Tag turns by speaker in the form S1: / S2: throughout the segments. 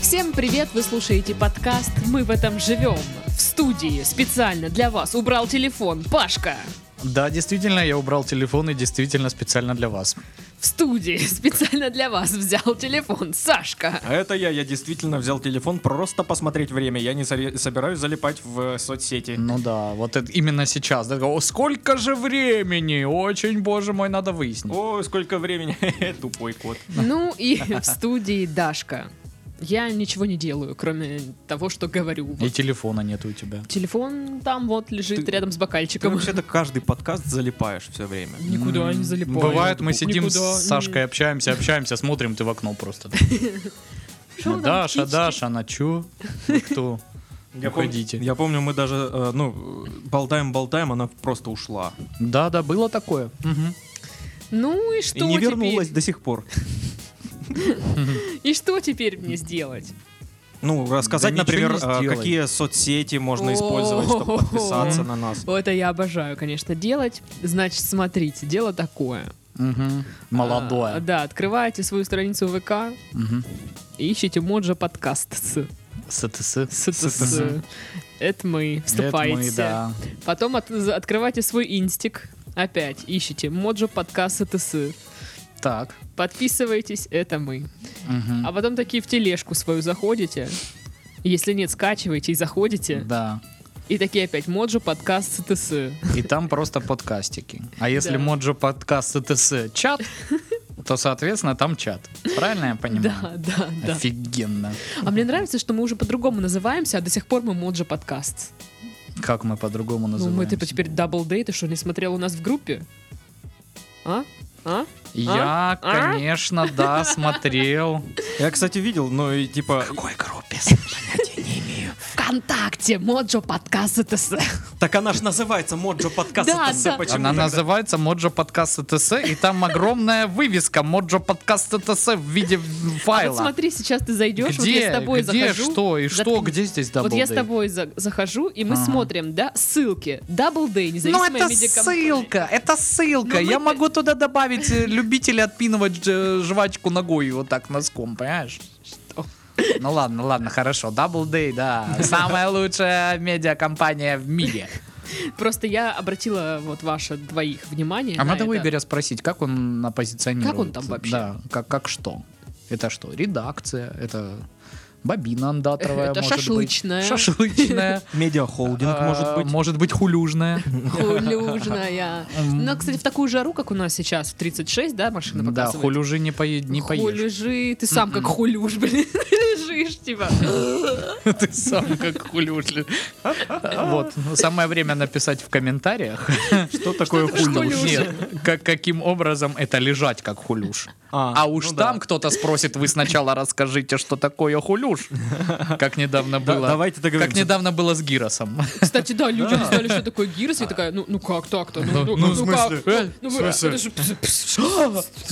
S1: Всем привет! Вы слушаете подкаст «Мы в этом живем». В студии специально для вас убрал телефон Пашка.
S2: Да, действительно, я убрал телефон и действительно специально для вас.
S1: В студии специально для вас взял телефон Сашка.
S3: А Это я, я действительно взял телефон просто посмотреть время. Я не сори- собираюсь залипать в э, соцсети.
S2: Ну да, вот это именно сейчас. Да, «О, сколько же времени? Очень, боже мой, надо выяснить.
S3: О, сколько времени. Тупой кот.
S1: Ну и в студии Дашка. Я ничего не делаю, кроме того, что говорю.
S2: И телефона нет у тебя.
S1: Телефон там вот лежит
S3: Ты-
S1: рядом с
S3: Ты
S1: бокальчиком.
S3: вообще-то каждый подкаст залипаешь все время.
S1: Никуда не залипаю.
S2: Бывает, мы сидим
S1: Никуда
S2: с
S1: не-
S2: Сашкой, общаемся, общаемся, смотрим ты в окно просто.
S1: Шо там,
S2: Даша,
S1: птички?
S2: Даша, она чё? Вы Кто? Уходите.
S3: Пом- я помню, мы даже, э, ну, болтаем-болтаем, она просто ушла.
S2: Да, да, было такое. Мгм.
S1: Ну и что
S3: и не
S1: теперь?
S3: вернулась до сих пор.
S1: И что теперь мне сделать?
S3: Ну, рассказать,
S2: Да ничего
S3: например,
S2: не
S3: э,
S2: сделай.
S3: какие соцсети можно использовать, чтобы
S1: О-о-о.
S3: подписаться на нас.
S1: Вот это я обожаю, конечно, делать. Значит, смотрите, дело такое. А,
S2: Мгм. Молодое.
S1: да, открываете свою страницу ВК
S2: Мгм.
S1: и ищите Моджа подкаст. С-
S2: СТС.
S1: с- с- с. Это мы.
S2: Это мы,
S1: Вступайте.
S2: да.
S1: Потом от- за- открывайте свой инстик. Опять ищите Моджа подкаст СТС.
S2: Так.
S1: Подписывайтесь, это мы.
S2: Мгм.
S1: А потом такие в тележку свою заходите. Если нет, скачивайте и заходите.
S2: Да.
S1: И такие опять Моджо подкаст СТС.
S2: И там просто подкастики. А если
S1: Да.
S2: Моджо подкаст ТТС чат, то, соответственно, там чат. Правильно я
S1: Да,
S2: понимаю?
S1: да, да.
S2: Офигенно.
S1: А мне нравится, что мы уже по-другому называемся, а до сих пор мы Моджо подкаст.
S2: Как мы по-другому
S1: Ну,
S2: называем?
S1: мы типа теперь дабл дей, ты что, не смотрел у нас в группе? А? А?
S2: Я,
S1: А? А?
S2: конечно, да, смотрел.
S3: Я, кстати, видел, ну и типа...
S2: Какой группе?
S1: Вконтакте, Моджо подкаст ТС.
S3: Так она ж называется Моджо подкаст.
S1: Да,
S3: ТС,
S1: да.
S3: почему
S2: Она
S3: тогда?
S2: называется Моджо подкаст ТТС, и там огромная вывеска Моджо подкаст ТТС в виде
S1: Вот
S2: файла.
S1: смотри, сейчас ты зайдешь, вот я
S2: Где?
S1: с тобой
S2: Где?
S1: захожу.
S2: Что? И что?
S1: Заткнись.
S2: Где здесь
S1: Вот я с
S2: Double Day?
S1: тобой за- захожу, и мы
S2: Ага.
S1: смотрим, да, ссылки. Double Day,
S2: Ну
S1: независимая
S2: это
S1: медиакомпания.
S2: ссылка, это ссылка.
S1: Ну, мы-
S2: Я могу туда добавить э, любителя отпинывать э, жвачку ногой вот так носком, понимаешь?
S1: Что?
S2: Ну ладно, ладно, хорошо. Double Day, да. Самая лучшая медиакомпания в мире.
S1: Просто я обратила вот ваше двоих внимание.
S2: А
S1: на
S2: надо
S1: это.
S2: Игоря спросить, как он оппозиционирует?
S1: Как он там вообще?
S2: Да, как, как что? Это что, редакция? Это бобина андаторовая,
S1: Это
S2: может быть?
S1: шашлычная.
S2: Шашлычная.
S3: Медиахолдинг, может
S2: А,
S3: быть.
S2: Может быть, хулюжная.
S1: Хулюжная. Но, кстати, в такую жару, как у нас сейчас, в 36, да, машина
S2: Да,
S1: показывает?
S2: хулюжи не поедешь. не поешь. М-м.
S1: Хулюжи, ты сам как хулюж, блин, лежишь, типа.
S2: Ты сам как хулюши. Вот, ну, самое время написать в комментариях,
S3: Что
S1: такое
S3: такое хулюж?
S1: хулюж?
S2: Нет, как, каким образом это лежать как хулюш. А уж
S3: ну да.
S2: там кто-то спросит, вы сначала расскажите, что такое хулюш. Как недавно
S3: Да,
S2: было.
S3: давайте
S2: Как
S3: договоримся.
S2: недавно было с Гиросом.
S1: Кстати, да, люди не знали, что такое гирс, и такая, ну, ну как так-то? Ну, ну, ну как?
S2: Э,
S1: Ну,
S2: в
S1: вы-
S2: смысле?
S1: это же-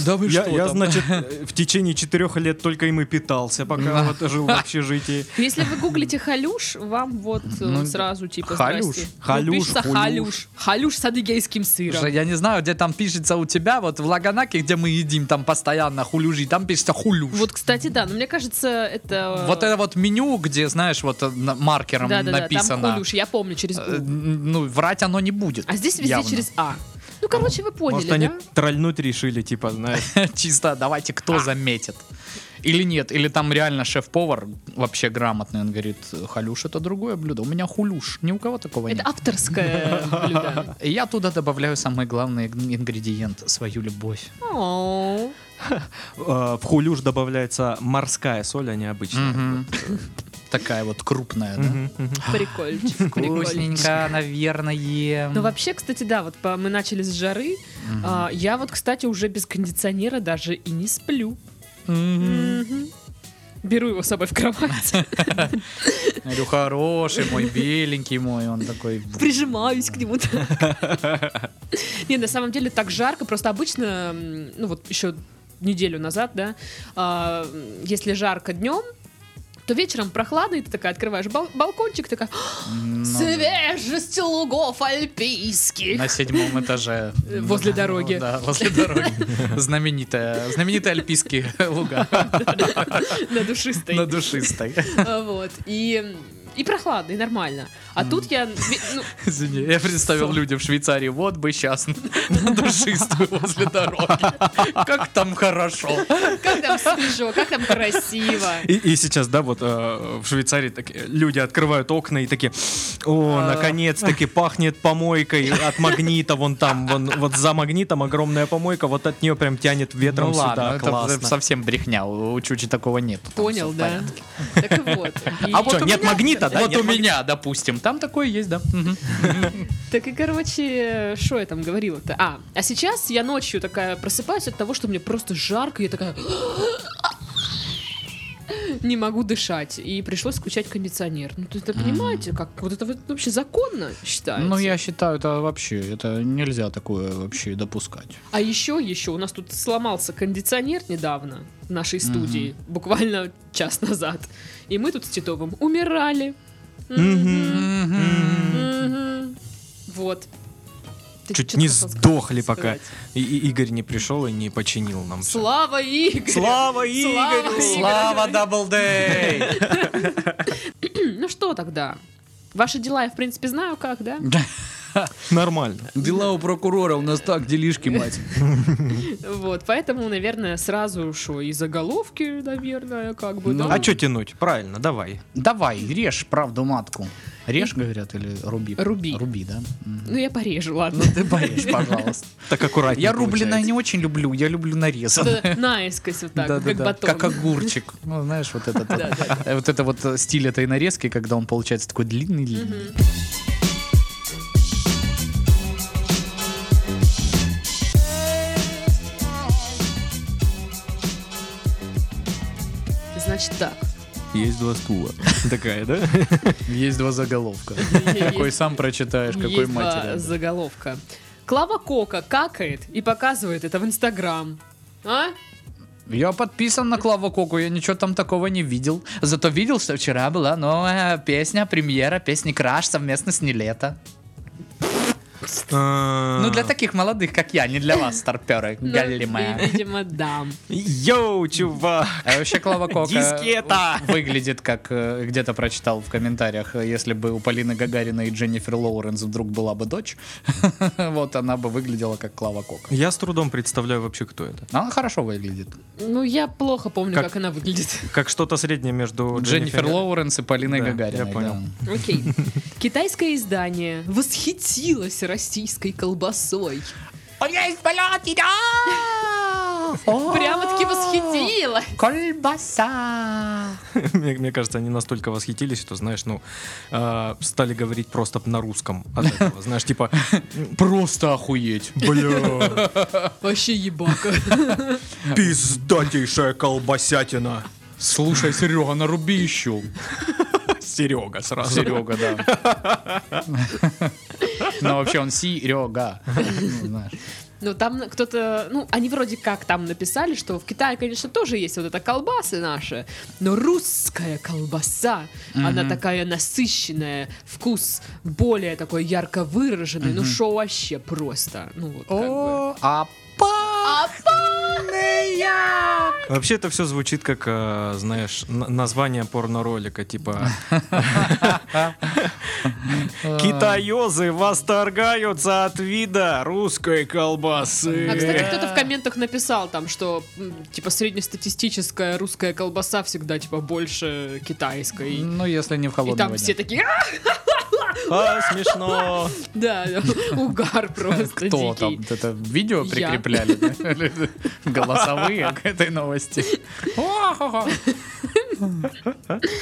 S2: Да вы
S3: Я,
S2: что
S3: я,
S2: там?
S3: значит, э, в течение четырех лет только им и питался, пока вот жил в общежитии.
S1: Если вы гуглите халюш, вам вот э,
S2: Ну,
S1: сразу типа
S2: халюш.
S1: здрасте. Ну,
S3: Халюш,
S1: пишется
S3: хулюш.
S1: халюш. Халюш с адыгейским сыром.
S2: Слушай, Я не знаю, где там пишется у тебя, вот в Лаганаке, где мы едим, там постоянно хулюжи, там пишется хулюш.
S1: Вот, кстати, да, но мне кажется, это...
S2: Вот это вот меню, где, знаешь, вот э, на- маркером
S1: Да-да-да, там
S2: написано.
S1: халюш, я помню, через
S2: Э,
S1: «у».
S2: Ну, врать оно не будет.
S1: А здесь везде
S2: явно.
S1: через А. Ну, короче, вы поняли,
S3: Может,
S1: да?
S3: они трольнуть решили, типа, знаешь.
S2: Чисто давайте,
S1: А.
S2: кто заметит. Или нет, или там реально шеф-повар вообще грамотный, он говорит, халюш это другое блюдо, у меня хулюш, ни у кого такого
S1: Это
S2: нет.
S1: авторское блюдо.
S2: И я туда добавляю самый главный ин- ингредиент, свою любовь.
S1: Оу.
S3: э, В хулюж добавляется морская соль, а не обычная.
S2: Мгм. э, Такая вот крупная, да?
S3: Мгм, мгм.
S1: Прикольчик, прикольчик.
S2: Вкусненько, наверное.
S1: Ну, вообще, кстати, да, вот по- мы начали с жары. А, я вот, кстати, уже без кондиционера даже и не сплю.
S2: Мгм.
S1: Мгм. Беру его с собой в кровать,
S2: Я Говорю, хороший мой, беленький мой, он такой...
S1: прижимаюсь к нему так. Не, на самом деле так жарко, просто обычно, м, ну вот еще неделю назад, да, а, м, если жарко днем, то вечером прохладно, и ты такая открываешь бал- балкончик, такая «А,
S2: «Ну,
S1: свежесть лугов альпийских.
S2: На седьмом этаже.
S1: Э, Возле
S2: Ну,
S1: дороги.
S2: Да, возле дороги. Знаменитая, знаменитые альпийские луга
S1: На душистой.
S2: на душистой.
S1: А, Вот. И и прохладно, и нормально. А тут я... ви- ну,
S2: Извини, я представил людям в Швейцарии, вот бы сейчас на душистую возле дороги. Как там хорошо.
S1: как там свежо, как там красиво.
S3: И, и сейчас, да, вот э, в Швейцарии так, э, люди открывают окна и такие, о,
S2: А.
S3: наконец-таки пахнет помойкой от магнита, вон там, вон, вот за магнитом огромная помойка, вот от нее прям тянет ветром
S2: Ну
S3: сюда,
S2: ладно, это
S3: классно.
S2: совсем брехня, у Чучи такого нет.
S1: Понял, да? Так вот. И-
S2: А вот
S3: Чё,
S2: у
S3: нет
S2: меня-
S3: магнита, да?
S2: Вот
S3: Нет
S2: у меня, допустим, там такое есть, да. Мгм.
S1: Так и, короче, что я там говорила-то? А, а сейчас я ночью такая просыпаюсь от того, что мне просто жарко, я такая... Не могу дышать. И пришлось включать кондиционер. Ну, то есть, это понимаете, как вот это вот вообще законно считается?
S2: Ну, я считаю, это вообще, это нельзя такое вообще допускать.
S1: А еще, еще, у нас тут сломался кондиционер недавно в нашей студии, буквально час назад. И мы тут с Титовым умирали. Мгм. Мгм. Вот. Ты
S3: Чуть
S1: чё-то
S3: не
S1: хотел сказать-
S3: сдохли пока.
S1: сказать.
S3: И, и Игорь не пришел и не починил нам всё.
S1: Слава Игорь!
S3: Слава
S1: Слава
S3: Игорю!
S1: Игорю!
S2: Слава Дабл Дэй!
S1: Ну что тогда? Ваши дела я, в принципе, знаю как, да?
S3: Нормально.
S2: Дела у прокурора у нас так, делишки, мать.
S1: Вот, поэтому, наверное, сразу что, и заголовки, наверное, как бы, да?
S3: А что тянуть? Правильно, давай.
S2: Давай, режь правду матку. Режь, говорят, или руби?
S1: Руби.
S2: Руби, да? Мгм.
S1: Ну я порежу, ладно.
S2: Ты порежь, пожалуйста.
S3: Так аккуратнее
S2: Я рубленое
S3: получается.
S2: не очень люблю, я люблю
S3: Ну,
S2: нарезанное.
S1: Это Наискось вот так, как
S2: Да-да-да,
S1: батон.
S2: как огурчик. Ну, знаешь, вот этот вот.
S1: Да-да.
S2: Э, вот это вот э, стиль этой нарезки, когда он получается такой длинный-длинный.
S1: Значит так.
S3: Есть два стула. Такая, да?
S2: Есть два заголовка. Какой сам прочитаешь, какой
S1: Есть два
S2: матери.
S1: заголовка. Клава Кока какает и показывает это в Инстаграм. А?
S2: Я подписан на Клаву Коку, я ничего там такого не видел. Зато видел, что вчера была новая песня, премьера песни Краш совместно с Нилето. Ну,
S3: Ну,
S2: для таких молодых, как я, не для вас, старперы,
S1: Ну,
S2: галимые.
S1: ви- Видимо, дам.
S3: Йоу, чувак!
S2: А вообще Клава Кока
S3: Дискета!
S2: выглядит как, э, где-то прочитал в комментариях, э, если бы у Полины Гагарина и Дженнифер Лоуренс вдруг была бы дочь, вот она бы выглядела как Клава Кока.
S3: Я с трудом представляю вообще, кто это.
S2: Она хорошо выглядит.
S1: Ну, я плохо помню,
S3: Как-
S1: как, она выглядит.
S3: Как что-то среднее между
S2: Дженнифер Лоуренс и Полиной
S3: Да, я
S2: Гагариной.
S3: понял.
S2: да.
S1: Окей. Китайское издание восхитилось российской колбасой. Прямо-таки восхитило.
S2: Колбаса!
S3: Мне, мне кажется, они настолько восхитились, что, знаешь, ну, э, стали говорить просто на русском от этого. Знаешь, типа,
S2: Просто охуеть.
S3: бля,
S1: Вообще ебака.
S3: пиздатейшая колбасятина.
S2: Слушай, Серега, наруби еще.
S3: Серега сразу.
S2: Серега, да. Но вообще он Серега. Ну, знаешь.
S1: Ну, там кто-то, ну, они вроде как там написали, что в Китае, конечно, тоже есть вот эта колбасы наша, но русская колбаса, она такая насыщенная, вкус более такой ярко выраженный, ну, шо вообще просто, ну, вот как бы.
S2: О, опасная!
S3: Вообще это все звучит как, э, знаешь, н- название порноролика, типа
S1: А.
S3: «Китаёзы восторгаются от вида русской колбасы».
S1: А, кстати,
S2: Э.
S1: кто-то в комментах написал там, что, м, типа, среднестатистическая русская колбаса всегда, типа, больше китайской.
S2: Ну, если не в
S1: И
S2: холодном
S1: там все такие, «А!»
S3: А, смешно.
S1: да, да, угар просто
S2: Кто там?
S1: дикий.
S2: Это видео
S1: Я.
S2: прикрепляли? да? Или Голосовые к этой новости. О-хо-хо.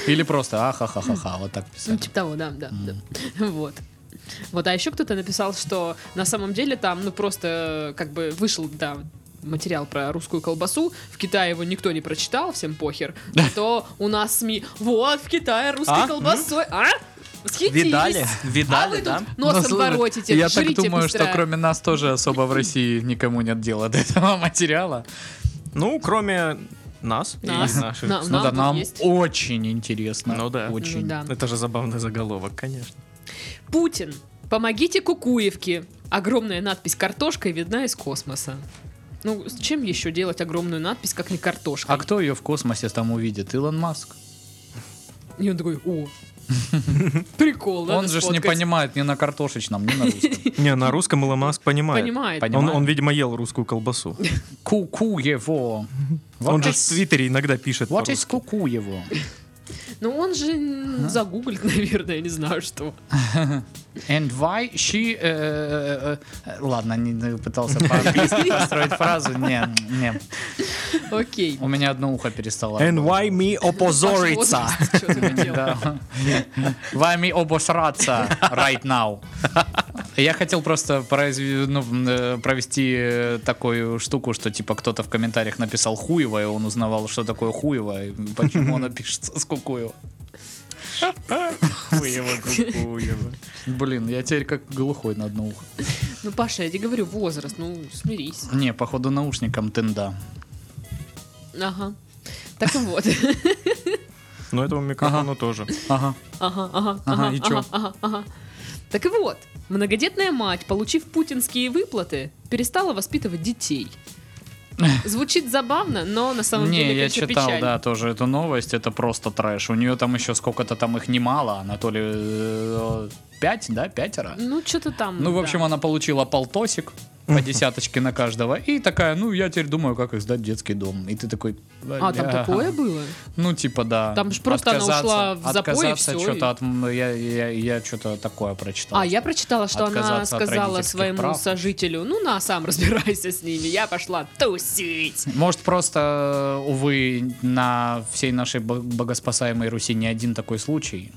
S2: Или просто ахахахаха, вот так
S1: Ну,
S2: писали.
S1: типа того, да, да, да. Вот. Вот, а еще кто-то написал, что на самом деле там, ну, просто э, как бы вышел, да, материал про русскую колбасу, в Китае его никто не прочитал, всем похер, А то у нас СМИ, вот, в Китае русской
S3: А?
S1: колбасой, а? Схитились.
S3: Видали?
S1: А
S3: Видали,
S1: вы
S3: да?
S1: тут носом
S2: Ну, слушай,
S1: воротите,
S2: Я так
S1: жрите
S2: думаю,
S1: быстро.
S2: что кроме нас тоже особо в России никому нет дела до этого материала.
S3: Ну, кроме Нас? и
S1: А Нас.
S3: наших.
S1: На-
S2: Ну да,
S1: тут
S2: нам
S1: есть.
S2: очень интересно.
S3: Ну да.
S2: Очень.
S1: Ну да.
S3: Это же забавный заголовок, конечно.
S1: Путин, помогите Кукуевке. Огромная надпись картошкой видна из космоса. Ну, с чем еще делать огромную надпись, как не картошка?
S2: А кто ее в космосе там увидит? Илон Маск.
S1: И он такой, о, прикол, надо
S2: он же ж не
S1: сфоткать».
S2: понимает ни на картошечном, ни на русском.
S3: Не, на русском Илон Маск понимает.
S1: Понимает.
S2: Понимает.
S3: Он, он, видимо, ел русскую колбасу.
S2: Куку его.
S3: Он
S2: What
S3: же в
S2: is-
S3: Твиттере иногда пишет.
S2: What
S3: по-русски.
S2: is куку его?
S1: Ну, он же м, загуглит, наверное, не знаю что.
S2: And why she... э, э, э, Ладно, не- не пытался по-английски построить фразу. Не, не.
S1: Окей.
S2: У меня одно ухо перестало.
S3: And why me
S1: Пошло,
S3: опозориться?
S1: что ты хотел.
S2: Да. Вами обосраться right now. Я хотел просто произв- ну, э, провести э, такую штуку, что типа кто-то в комментариях написал хуево, и он узнавал, что такое хуево, и почему оно пишется с кукуева. Блин, я теперь как глухой на одно ухо.
S1: Ну, Паша, я тебе говорю, возраст, ну, смирись.
S2: Не, походу наушником тында.
S1: Ага. Так вот.
S3: Ну, этому микрофону тоже.
S2: Ага.
S1: Ага, ага,
S2: Ага,
S1: ага,
S2: и
S1: ага,
S2: чё?
S1: ага, ага. Так и вот, многодетная мать, получив путинские выплаты, перестала воспитывать детей. Звучит забавно, но на самом
S2: не,
S1: деле,
S2: я
S1: конечно,
S2: читал,
S1: печально.
S2: да, тоже эту новость, это просто трэш. У нее там еще сколько-то там их немало, она то ли э, пять, да, пятеро?
S1: Ну, что-то там.
S2: Ну, в
S1: да.
S2: общем, она получила полтосик по десяточке на каждого. И такая, ну, я теперь думаю, как их сдать в детский дом. И ты такой...
S1: А, там
S2: «Бля».
S1: такое было?
S2: Ну, типа, да.
S1: Там ж просто она
S2: Отказаться-
S1: ушла в запой и
S2: отказаться
S1: всё, и-
S2: чё-то от... м, Я, я, я что-то такое прочитал.
S1: А, я прочитала, что она
S2: отказаться от
S1: сказала
S2: родительских
S1: своему
S2: прав.
S1: сожителю, ну на, сам разбирайся с ними, я пошла тусить.
S2: Может, просто, увы, на всей нашей бо- богоспасаемой Руси не один такой случай.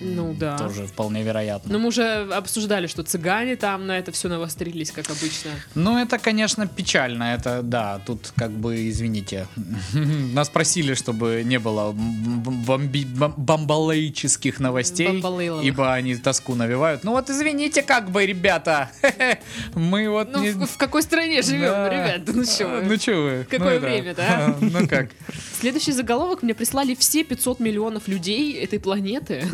S1: Ну да.
S2: Тоже вполне вероятно.
S1: Ну мы уже обсуждали, что цыгане там на это все навострились, как обычно.
S2: Ну, это, конечно, печально. Это, да, тут как бы, извините. Нас просили, чтобы не было м- м- бомби- бом- бомбалаических новостей,
S1: Бомбалейловых.
S2: ибо они тоску навевают. Ну вот, извините, как бы, ребята. Мы вот...
S1: Ну
S2: не-
S1: в, в какой стране живем,
S2: Да.
S1: ребят? Ну чё вы?
S2: Ну чё вы?
S1: Какое
S2: Ну да.
S1: время-то, а?
S2: Ну как?
S1: Следующий заголовок мне прислали все 500 миллионов людей этой планеты.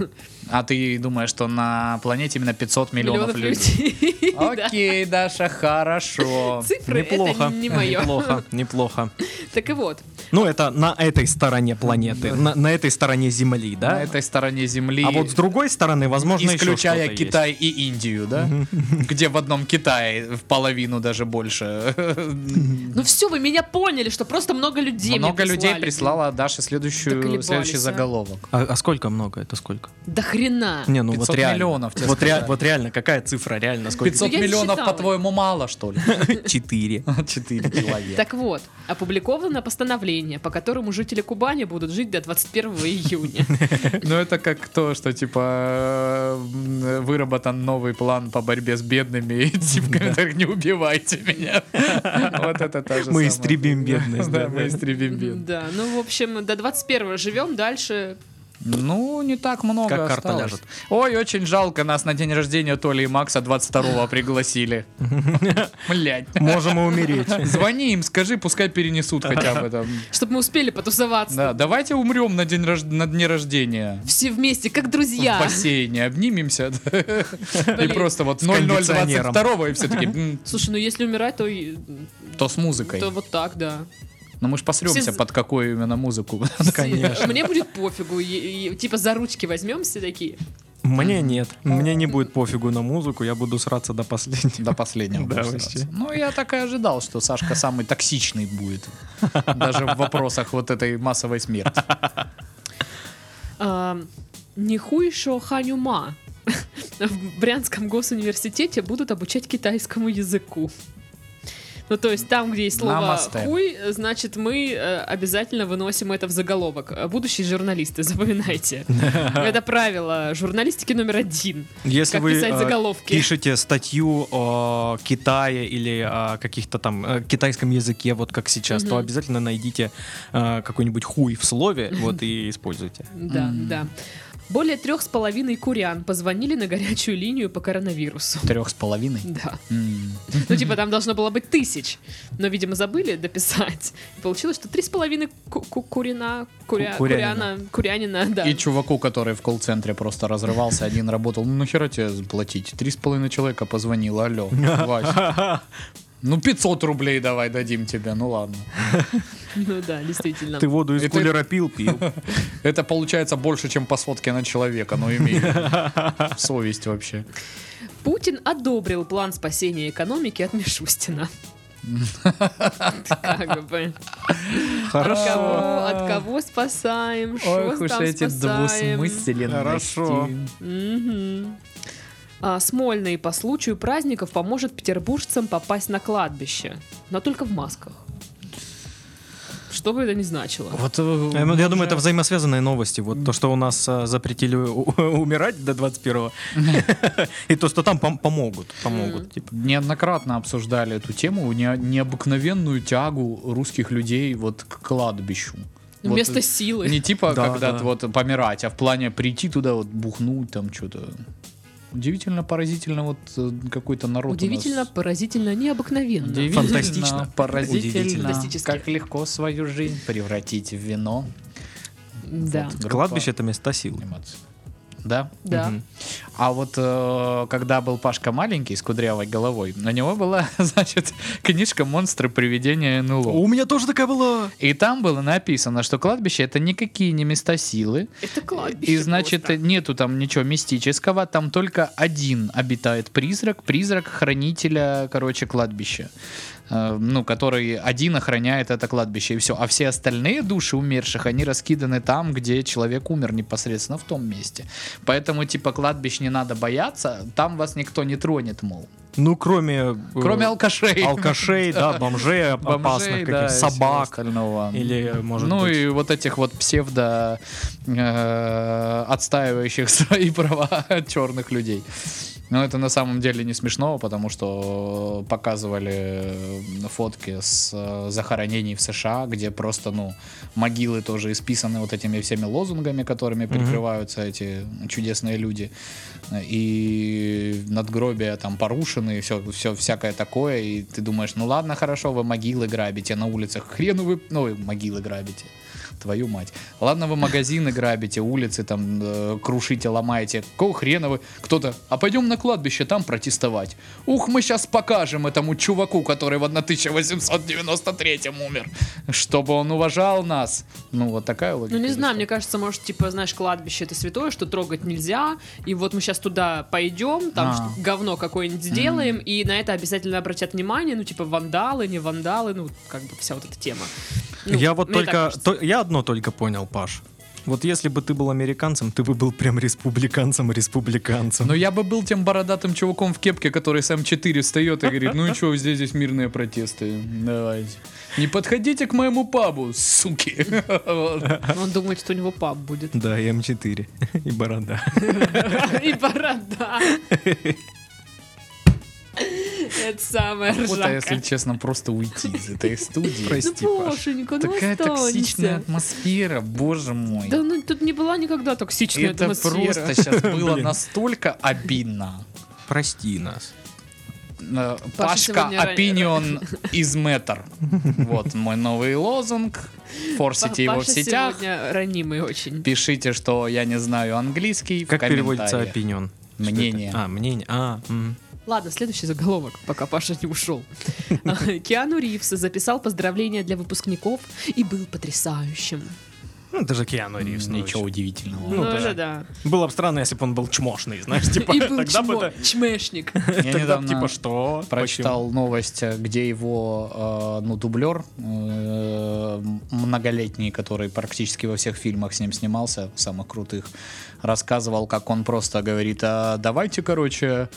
S2: А ты думаешь, что на планете именно 500 миллионов людей?
S1: людей. Да.
S2: Окей, Даша, хорошо.
S1: Цифры
S3: Неплохо.
S1: это не мое.
S3: Неплохо, неплохо.
S1: Так и вот.
S3: Ну, это на этой стороне планеты, на, на этой стороне Земли,
S2: На
S3: да?
S2: этой стороне Земли...
S3: А вот с другой стороны, возможно, еще
S2: исключая
S3: что-то
S2: Китай и Индию, да? Где в одном Китае в половину даже больше.
S1: Ну все, вы меня поняли, что просто много людей мне
S2: Много людей
S1: прислали.
S2: прислала Даше следующую,
S1: Доколебались,
S2: следующий
S1: а.
S2: заголовок.
S3: А, а сколько много? Это сколько?
S1: Да хрена.
S3: Не, ну
S2: 500
S3: вот реально.
S2: миллионов, тебе
S3: вот, ре-
S2: сказали.
S3: вот реально, какая цифра реально? Сколько?
S2: 500
S1: я не
S2: миллионов,
S1: считала.
S2: по-твоему, мало, что ли?
S3: 4.
S2: 4 человека.
S1: Так вот, опубликовано постановление, по которому жители Кубани будут жить до 21 июня.
S2: Ну, это как то, что, типа, э, выработан новый план по борьбе с бедными, и типа, в комментариях, не убивайте меня. Вот это та же
S3: Мы
S2: самая
S3: истребим
S2: фигня.
S3: бедность,
S2: Да,
S3: да.
S2: мы истребим бедность.
S1: Да, ну в общем, до 21 живем, дальше
S2: Ну, не так много
S3: Как карта
S2: осталось.
S3: ляжет.
S2: Ой, очень жалко, нас на день рождения Толи и Макса 22-го пригласили. Блять.
S3: Можем и умереть.
S2: Звони им, скажи, пускай перенесут хотя бы там.
S1: чтобы мы успели потусоваться
S2: Да, давайте умрем на день рож- на дне рождения.
S1: все вместе, как
S2: В
S1: друзья.
S2: бассейне обнимемся. да. И
S1: Блин.
S2: просто вот
S3: кондиционером.
S2: 0022 и все таки «М,
S1: Слушай, ну если умирать, то, и-
S2: то с музыкой.
S1: то вот так, да.
S2: Но мы ж посремся,
S1: Все з-
S2: под какую именно музыку.
S3: Конечно.
S1: Мне будет пофигу. и- и- Типа за ручки возьмемся такие.
S3: Мне нет. Мне не будет пофигу на музыку, я буду сраться до последнего.
S2: До последнего.
S3: Да,
S2: будем
S3: вообще.
S2: стараться. Ну, я так и ожидал, что Сашка самый токсичный будет. Даже в вопросах вот этой массовой смерти.
S1: А, Нихуйшо ханюма. В Брянском госуниверситете будут обучать китайскому языку. Ну, то есть там, где есть слово
S2: Намасте.
S1: «хуй», значит, мы э, обязательно выносим это в заголовок. Э, Будущие журналисты, запоминайте. Это правило журналистики номер один.
S3: Если
S1: Как
S3: вы
S1: писать
S3: э,
S1: заголовки.
S3: пишете статью о Китае или о каких-то там э, китайском языке, вот как сейчас, то
S1: Мгм.
S3: обязательно найдите э, какой-нибудь хуй в слове, вот и используйте.
S1: Да, да. Более трех с половиной курян позвонили на горячую линию по коронавирусу.
S2: Трех с половиной.
S1: Да.
S2: М.
S1: Ну, типа, там должно было быть тысяч. Но, видимо, забыли дописать. И получилось, что три с половиной ку- ку- курина, куря-
S3: Курянина.
S1: куряна, курянина, да.
S2: И чуваку, который в колл-центре просто разрывался, один работал, ну нахера тебе платить? Три с половиной человека позвонило, алло, Вась. Ну 500 рублей давай дадим тебе, ну ладно.
S1: Ну да, действительно.
S3: Ты воду из
S2: И ты-
S3: кулера пил, пил.
S2: Это получается больше, чем по сотке на человека, ну имей совесть вообще.
S1: Путин одобрил план спасения экономики от Мишустина. Как бы. От кого, от кого спасаем? Что там спасаем?
S2: Хорошо.
S1: Мгм. А, Смольный по случаю праздников поможет петербуржцам попасть на кладбище, но только в масках. Что бы это ни значило.
S2: Вот,
S3: Э, ну, Я думаю, это взаимосвязанные новости. Вот то, что у нас э, запретили у- умирать до 21-го, и то, что там пом- помогут. Помогут. типа.
S2: неоднократно обсуждали эту тему, не- необыкновенную тягу русских людей вот к кладбищу. Вот,
S1: Вместо
S2: э,
S1: силы.
S2: не типа
S3: Да,
S2: когда
S3: да.
S2: ты вот помирать, а в плане прийти туда вот бухнуть там что-то. Удивительно, поразительно вот э, какой-то народ. у нас.
S1: Удивительно, поразительно, необыкновенно.
S2: Удивительно,
S3: Фантастично. Удивительно.
S2: поразительно,
S1: Фантастически.
S2: как легко свою жизнь превратить в вино.
S1: Да.
S2: Вот группа
S3: Кладбище — это места силы.
S2: анимации. Да.
S1: Да.
S3: Мгм.
S2: А вот э, когда был Пашка маленький с кудрявой головой, у него была, значит, книжка «Монстры привидения НЛО».
S3: У меня тоже такая была.
S2: И там было написано, что кладбище это никакие не места силы,
S1: Это кладбище.
S2: и значит
S1: просто.
S2: нету там ничего мистического, там только один обитает призрак, призрак хранителя, короче, кладбища, Э, ну, который один охраняет это кладбище и все, а все остальные души умерших они раскиданы там, где человек умер непосредственно в том месте, поэтому типа кладбищ не надо бояться, там вас никто не тронет, мол,
S3: Ну, кроме... э,
S2: кроме алкашей,
S3: Алкашей, да, бомжей оп-
S2: Бомжей,
S3: опасных,
S2: да, и
S3: каких
S2: всего
S3: собак.
S2: остального.
S3: Или, может
S2: ну
S3: быть...
S2: и вот этих вот псевдо э, отстаивающих свои права черных людей. Но это на самом деле не смешно, потому что показывали фотки с э, захоронений в США, где просто, ну, могилы тоже исписаны вот этими всеми лозунгами, которыми прикрываются эти чудесные люди. И надгробия там порушены, и все, все всякое такое. И ты думаешь, ну ладно, хорошо, вы могилы грабите, на улицах хрену вы... Ну, вы могилы грабите. Твою мать. Ладно, вы магазины грабите, улицы там э, крушите, ломаете. Какого хрена вы? Кто-то, а пойдем на кладбище там протестовать. Ух, мы сейчас покажем этому чуваку, который в 1893 умер, чтобы он уважал нас. Ну, вот такая логика.
S1: Ну, не знаю,
S2: вещей.
S1: мне кажется, может, типа, знаешь, кладбище это святое, что трогать нельзя, и вот мы сейчас туда пойдем, там
S2: А.
S1: что- говно какое-нибудь сделаем, и на это обязательно обратят внимание, ну, типа, вандалы, не вандалы, ну, как бы вся вот эта тема. Ну,
S3: я вот
S1: мне так
S3: только...
S1: кажется.
S3: то- я одно только понял, Паш. Вот если бы ты был американцем, ты бы был прям республиканцем-республиканцем.
S2: Но я бы был тем бородатым чуваком в кепке, который сам 4 встает и говорит, ну и что, здесь, здесь мирные протесты, давайте. Не подходите к моему пабу, суки. Вот.
S1: Он думает, что у него пап будет.
S3: Да, и М4, и борода.
S1: И борода. Это самое
S2: Охота, если
S1: ржака.
S2: честно, просто уйти из этой студии. Типа,
S3: Прости.
S1: Ну, Пошенька, ну
S2: Такая токсичная
S1: останься.
S2: атмосфера, боже мой.
S1: Да ну тут не была никогда токсичная
S2: Это
S1: атмосфера.
S2: просто сейчас было
S3: Блин.
S2: настолько обидно.
S3: Прости нас.
S2: Э,
S1: Паша
S2: Пашка
S1: сегодня ра-
S2: Opinion is matter. Вот мой новый лозунг. Форсите его в
S1: Паша
S2: сетях.
S1: сегодня ранимый очень.
S2: Пишите, что я не знаю английский. в
S3: Как переводится
S2: комментариях.
S3: опинион?
S2: Мнение.
S3: А, мнение. А, м.
S1: Ладно, следующий заголовок, пока Паша не ушел. Киану Ривз записал поздравления для выпускников и был потрясающим.
S3: Ну, это же Киану Ривз. ну,
S2: Ничего удивительного.
S3: Ну,
S1: Ну
S3: да.
S1: же да.
S3: Было бы странно, если бы он был чмошный, знаешь,
S1: И
S3: типа,
S1: был
S3: тогда бы
S1: чмо-
S3: это-
S1: чмешник.
S2: Я
S3: тогда бы,
S2: недавно
S3: типа, что?
S2: прочитал новость, э, где его, э, ну, дублер э, многолетний, который практически во всех фильмах с ним снимался, самых крутых, рассказывал, как он просто говорит, а давайте, короче,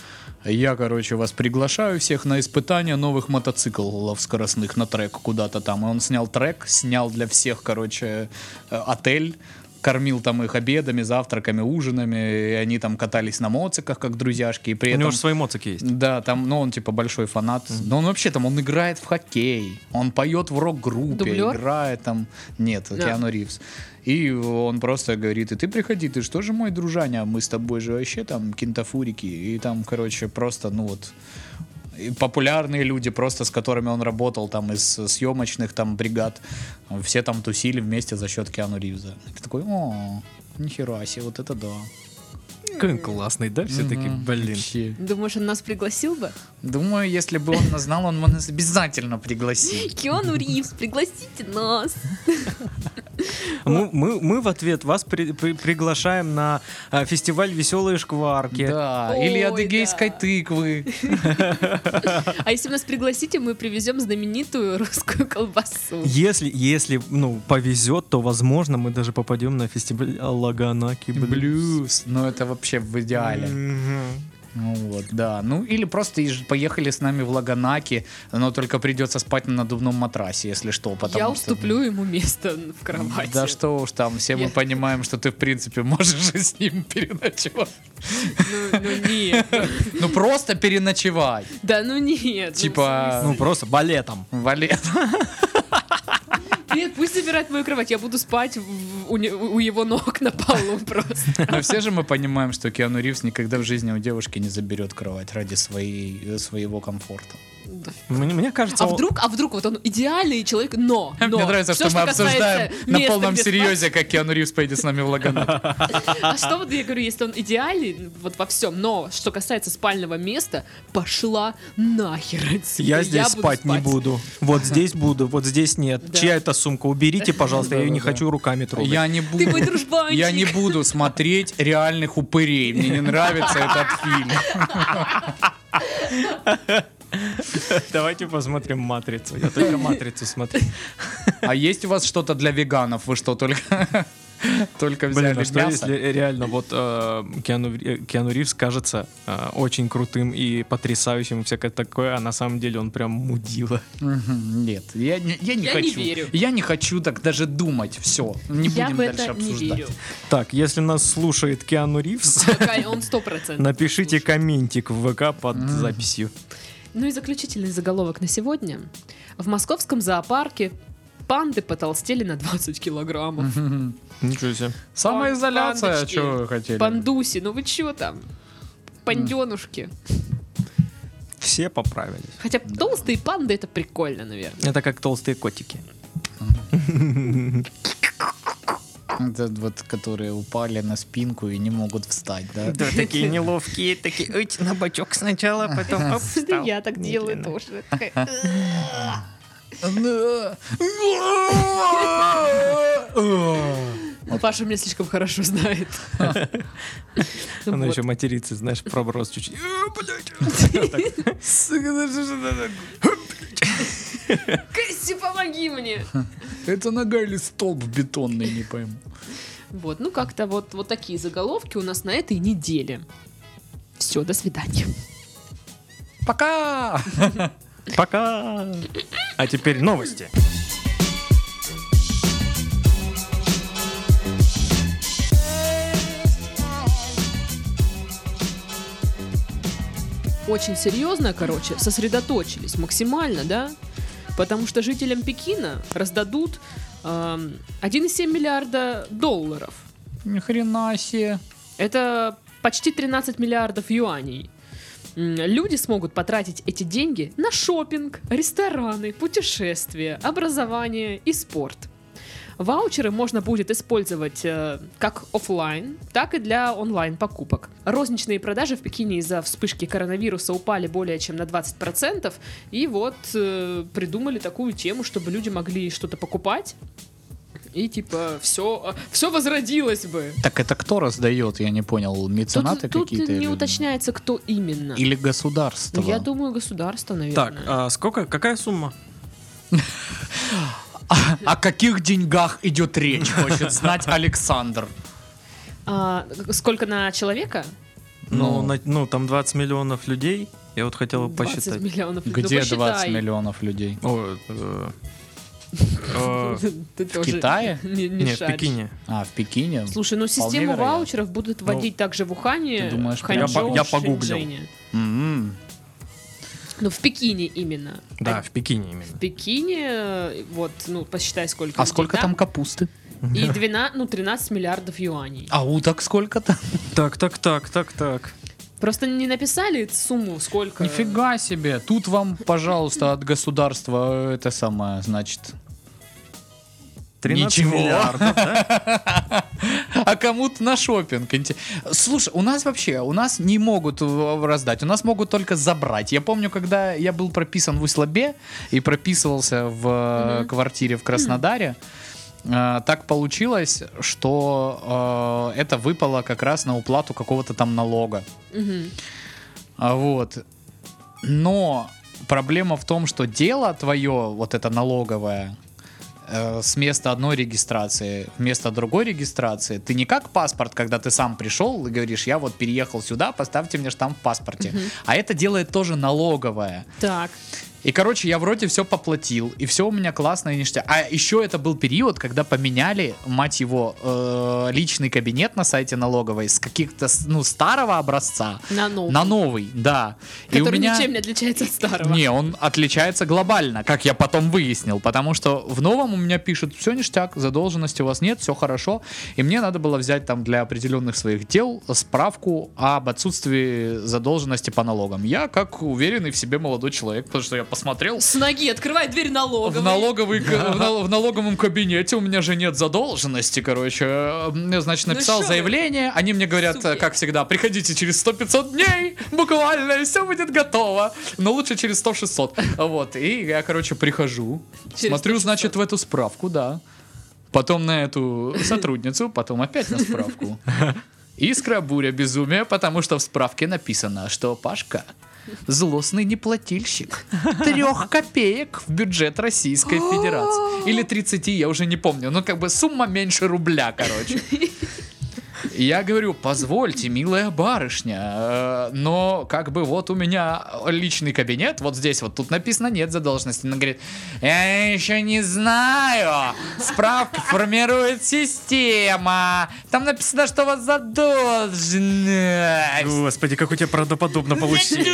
S2: я, короче, вас приглашаю всех на испытание новых мотоциклов скоростных на трек куда-то там. И он снял трек, снял для всех, короче, э, отель, кормил там их обедами, завтраками, ужинами, и они там катались на моциках, как друзьяшки, и при
S3: Почему? У него
S2: этом...
S3: же свои моцики есть.
S2: Да, там, ну, он типа большой фанат. Но он вообще там, он играет в хоккей, он поет в рок-группе,
S1: Дублер?
S2: играет там. Нет,
S1: Да.
S2: Киану Ривз. И он просто говорит, и ты приходи, ты что же мой дружаня, мы с тобой же вообще там кентафурики. И там, короче, просто, ну вот, И популярные люди, просто с которыми он работал, там, из съемочных там бригад, все там тусили вместе за счет Киану Ривза. И ты такой, о, нихера себе, вот это да.
S3: Какой он классный, да, все-таки,
S2: Мгм.
S3: блин.
S2: Вообще.
S1: Думаешь, он нас пригласил бы?
S2: Думаю, если бы он нас знал, он бы нас обязательно пригласил.
S1: Киану Ривз, пригласите нас.
S3: Мы, мы, мы в ответ вас при- при- приглашаем на э, фестиваль веселые шкварки.
S2: Да,
S1: Ой,
S2: или адыгейской
S1: да.
S2: тыквы.
S1: А если вы нас пригласите, мы привезем знаменитую русскую колбасу.
S3: Если, если, ну, повезет, то, возможно, мы даже попадем на фестиваль Лаганаки Блюз.
S2: Блюз. Ну, это вообще в идеале.
S3: Мгм.
S2: Ну вот, да. Ну или просто езж- поехали с нами в Лаганаки, но только придется спать на надувном матрасе, если что. Потому
S1: Я
S2: что-
S1: уступлю ему место в кровати.
S2: Да что уж там, все мы
S1: Я-
S2: понимаем, что ты в принципе можешь и с ним переночевать.
S1: Ну, ну нет.
S2: Ну просто переночевать.
S1: Да ну нет. ну,
S2: Типа,
S3: Ну, просто балетом.
S2: Валет.
S1: в смысле. Нет, пусть забирает мою кровать, я буду спать в- у, не- у его ног на полу просто.
S2: Но все же мы понимаем, что Киану Ривз никогда в жизни у девушки не заберет кровать ради своей, э, своего комфорта.
S3: Мне, мне кажется,
S1: А
S3: он-
S1: вдруг, а вдруг вот он идеальный человек, но, но.
S2: Мне нравится,
S1: Всё,
S2: что мы
S1: касается
S2: обсуждаем на
S1: места,
S2: полном
S1: где спать.
S2: серьезе, как Киану Ривз поедет с нами в Лаганаки.
S1: А что вот я говорю, если он идеальный вот во всем, но что касается спального места, пошла нахер отсюда.
S3: Я здесь
S1: буду
S3: спать, не буду. Вот здесь буду, вот здесь нет.
S1: Да.
S3: Чья это сумка? Уберите, пожалуйста, я ее не
S2: Да-да-да.
S3: хочу руками трогать.
S2: Я не буду.
S1: Ты мой дружбанчик.
S2: Я не буду смотреть реальных упырей. Мне не нравится этот фильм.
S3: Давайте посмотрим матрицу. Я только матрицу смотрю.
S2: А есть у вас что-то для веганов? Вы что, только, только взяли
S3: Блин, а что
S2: мясо?
S3: если реально вот э, Киану, Ри- э, Киану Ривз кажется э, очень крутым и потрясающим и всякое такое, а на самом деле он прям мудила.
S2: Мгм, Нет, я не, я не
S1: Я не
S2: хочу.
S1: верю.
S2: Я не хочу так даже думать. Все, не
S1: Я
S2: будем
S1: в
S2: дальше
S1: это не
S2: обсуждать.
S1: верю.
S3: Так, если нас слушает Киану Ривз,
S1: Пока Он сто процентов.
S3: напишите
S1: слушает.
S3: комментик в ВК под записью.
S1: Ну и заключительный заголовок на сегодня. В московском зоопарке панды потолстели на 20 килограммов.
S3: Ничего себе.
S2: Самоизоляция,
S1: Пандочки.
S2: что вы хотели?
S1: Пандуси, ну вы чё там? Панденушки.
S3: Все поправились.
S1: Хотя толстые панды это прикольно, наверное.
S3: Это как толстые котики.
S2: Это вот, которые упали на спинку и не могут встать, да?
S4: Да, такие неловкие, такие, ой, на бочок сначала, потом оп, встал.
S1: Я так делаю
S4: Медленно.
S1: тоже. э, Ну, Паша меня слишком хорошо знает. Ну
S3: Она
S1: вот.
S3: еще матерится, знаешь, проброс чуть-чуть.
S1: Кэсси, помоги мне!
S2: Это нога или столб бетонный, не пойму.
S1: Вот, ну как-то вот, вот такие заголовки у нас на этой неделе. Все, до свидания.
S2: Пока!
S3: Пока! А теперь новости.
S1: Очень серьезно, короче, сосредоточились максимально, да? Потому что жителям Пекина раздадут эм, 1,7 миллиарда долларов.
S2: Ни хрена себе.
S1: Это почти 13 миллиардов юаней. М, Люди смогут потратить эти деньги на шопинг, рестораны, путешествия, образование и спорт. Ваучеры можно будет использовать э, как оффлайн, так и для онлайн покупок. Розничные продажи в Пекине из-за вспышки коронавируса упали более чем на 20%. И вот э, придумали такую тему, чтобы люди могли что-то покупать. И типа все, все возродилось бы.
S2: Так это кто раздает, я не понял, меценаты
S1: Тут, тут
S2: какие-то?
S1: не
S2: или-
S1: уточняется, кто именно.
S2: Или
S1: Ну,
S2: государство?
S1: я думаю, государство,
S3: Так,
S1: наверное.
S3: а сколько? Какая сумма?
S2: О каких деньгах идет речь, хочет знать Александр.
S1: А, сколько на человека?
S3: Ну,
S2: Ну.
S3: на- ну, там 20 миллионов людей. Я вот хотел
S1: 20
S3: посчитать.
S1: миллионов. Ну,
S2: Где 20
S1: посчитай.
S2: миллионов людей?
S3: О, э, э,
S1: Ты тоже
S2: Китае?
S1: Не, не
S3: Нет, в
S1: шаришь.
S3: Пекине.
S2: А, в Пекине?
S1: Слушай, ну систему
S2: вероятно. Ну,
S1: ваучеров будут вводить также в Ухане,
S2: ты думаешь,
S1: в Ханчжоу,
S3: я по- я
S1: в
S3: погуглил.
S1: Шэньчжэне.
S2: М-м.
S1: Ну, в Пекине именно.
S3: Да,
S1: А
S3: в Пекине именно.
S1: в Пекине, э, вот, ну, посчитай, сколько.
S2: А
S1: людей
S2: сколько там капусты?
S1: И 12, ну, 13 миллиардов юаней.
S2: А уток сколько-то?
S3: Так, так, так, так, так.
S1: Просто не написали сумму, сколько.
S2: Нифига себе. Тут вам, пожалуйста, от государства э, это самое, значит.
S3: 13
S2: Ничего.
S3: миллиардов, да?
S2: А кому-то на шопинг. Инте- Слушай, у нас вообще, у нас не могут э, раздать, у нас могут только забрать. Я помню, когда я был прописан в Услабе и прописывался в э, квартире в Краснодаре, э, так получилось, что э, это выпало как раз на уплату какого-то там налога.
S1: Мгм.
S2: А Вот. Но проблема в том, что дело твое, вот это налоговое, э, с места одной регистрации вместо другой регистрации, ты не как паспорт, когда ты сам пришел и говоришь, я вот переехал сюда, поставьте мне штамп в паспорте. А это делает тоже налоговое.
S1: Так.
S2: И, короче, я вроде все поплатил, и все у меня классно и ништяк. А еще это был период, когда поменяли, мать его, э, личный кабинет на сайте налоговой с каких-то, с- ну, старого образца
S1: На новый.
S2: на новый, да. И у
S1: Который
S2: меня...
S1: ничем не отличается от старого.
S2: Не, он отличается глобально, как я потом выяснил, потому что в новом у меня пишут, все ништяк, задолженности у вас нет, все хорошо, и мне надо было взять там для определенных своих дел справку об отсутствии задолженности по налогам. Я, как уверенный в себе молодой человек, потому что я посмотрел,
S1: С ноги открывай дверь налоговой.
S2: в, налоговый, к- в, нал- в налоговом кабинете у меня же нет задолженности, короче. Э, я, Значит,
S1: Ну
S2: написал
S1: шо вы,
S2: заявление, они мне говорят, э,
S1: суки.
S2: как всегда, приходите через 100-500 дней, буквально, и все будет готово. Но лучше через 100-600. Вот, и я, короче, прихожу,
S1: Через
S2: смотрю, значит, в эту справку, да. Потом на эту сотрудницу, потом опять на справку. Искра, буря, безумие, потому что в справке написано, что Пашка злостный неплательщик трех копеек в бюджет Российской Федерации. Или 30, я уже не помню. Ну, как бы сумма меньше рубля, короче. И Я говорю, позвольте, милая барышня, э, но как бы вот у меня личный кабинет, вот здесь вот, тут написано нет задолженности. Она говорит, я еще не знаю, справку формирует система, там написано, что у вас задолженность.
S3: Господи, как у тебя правдоподобно получилось.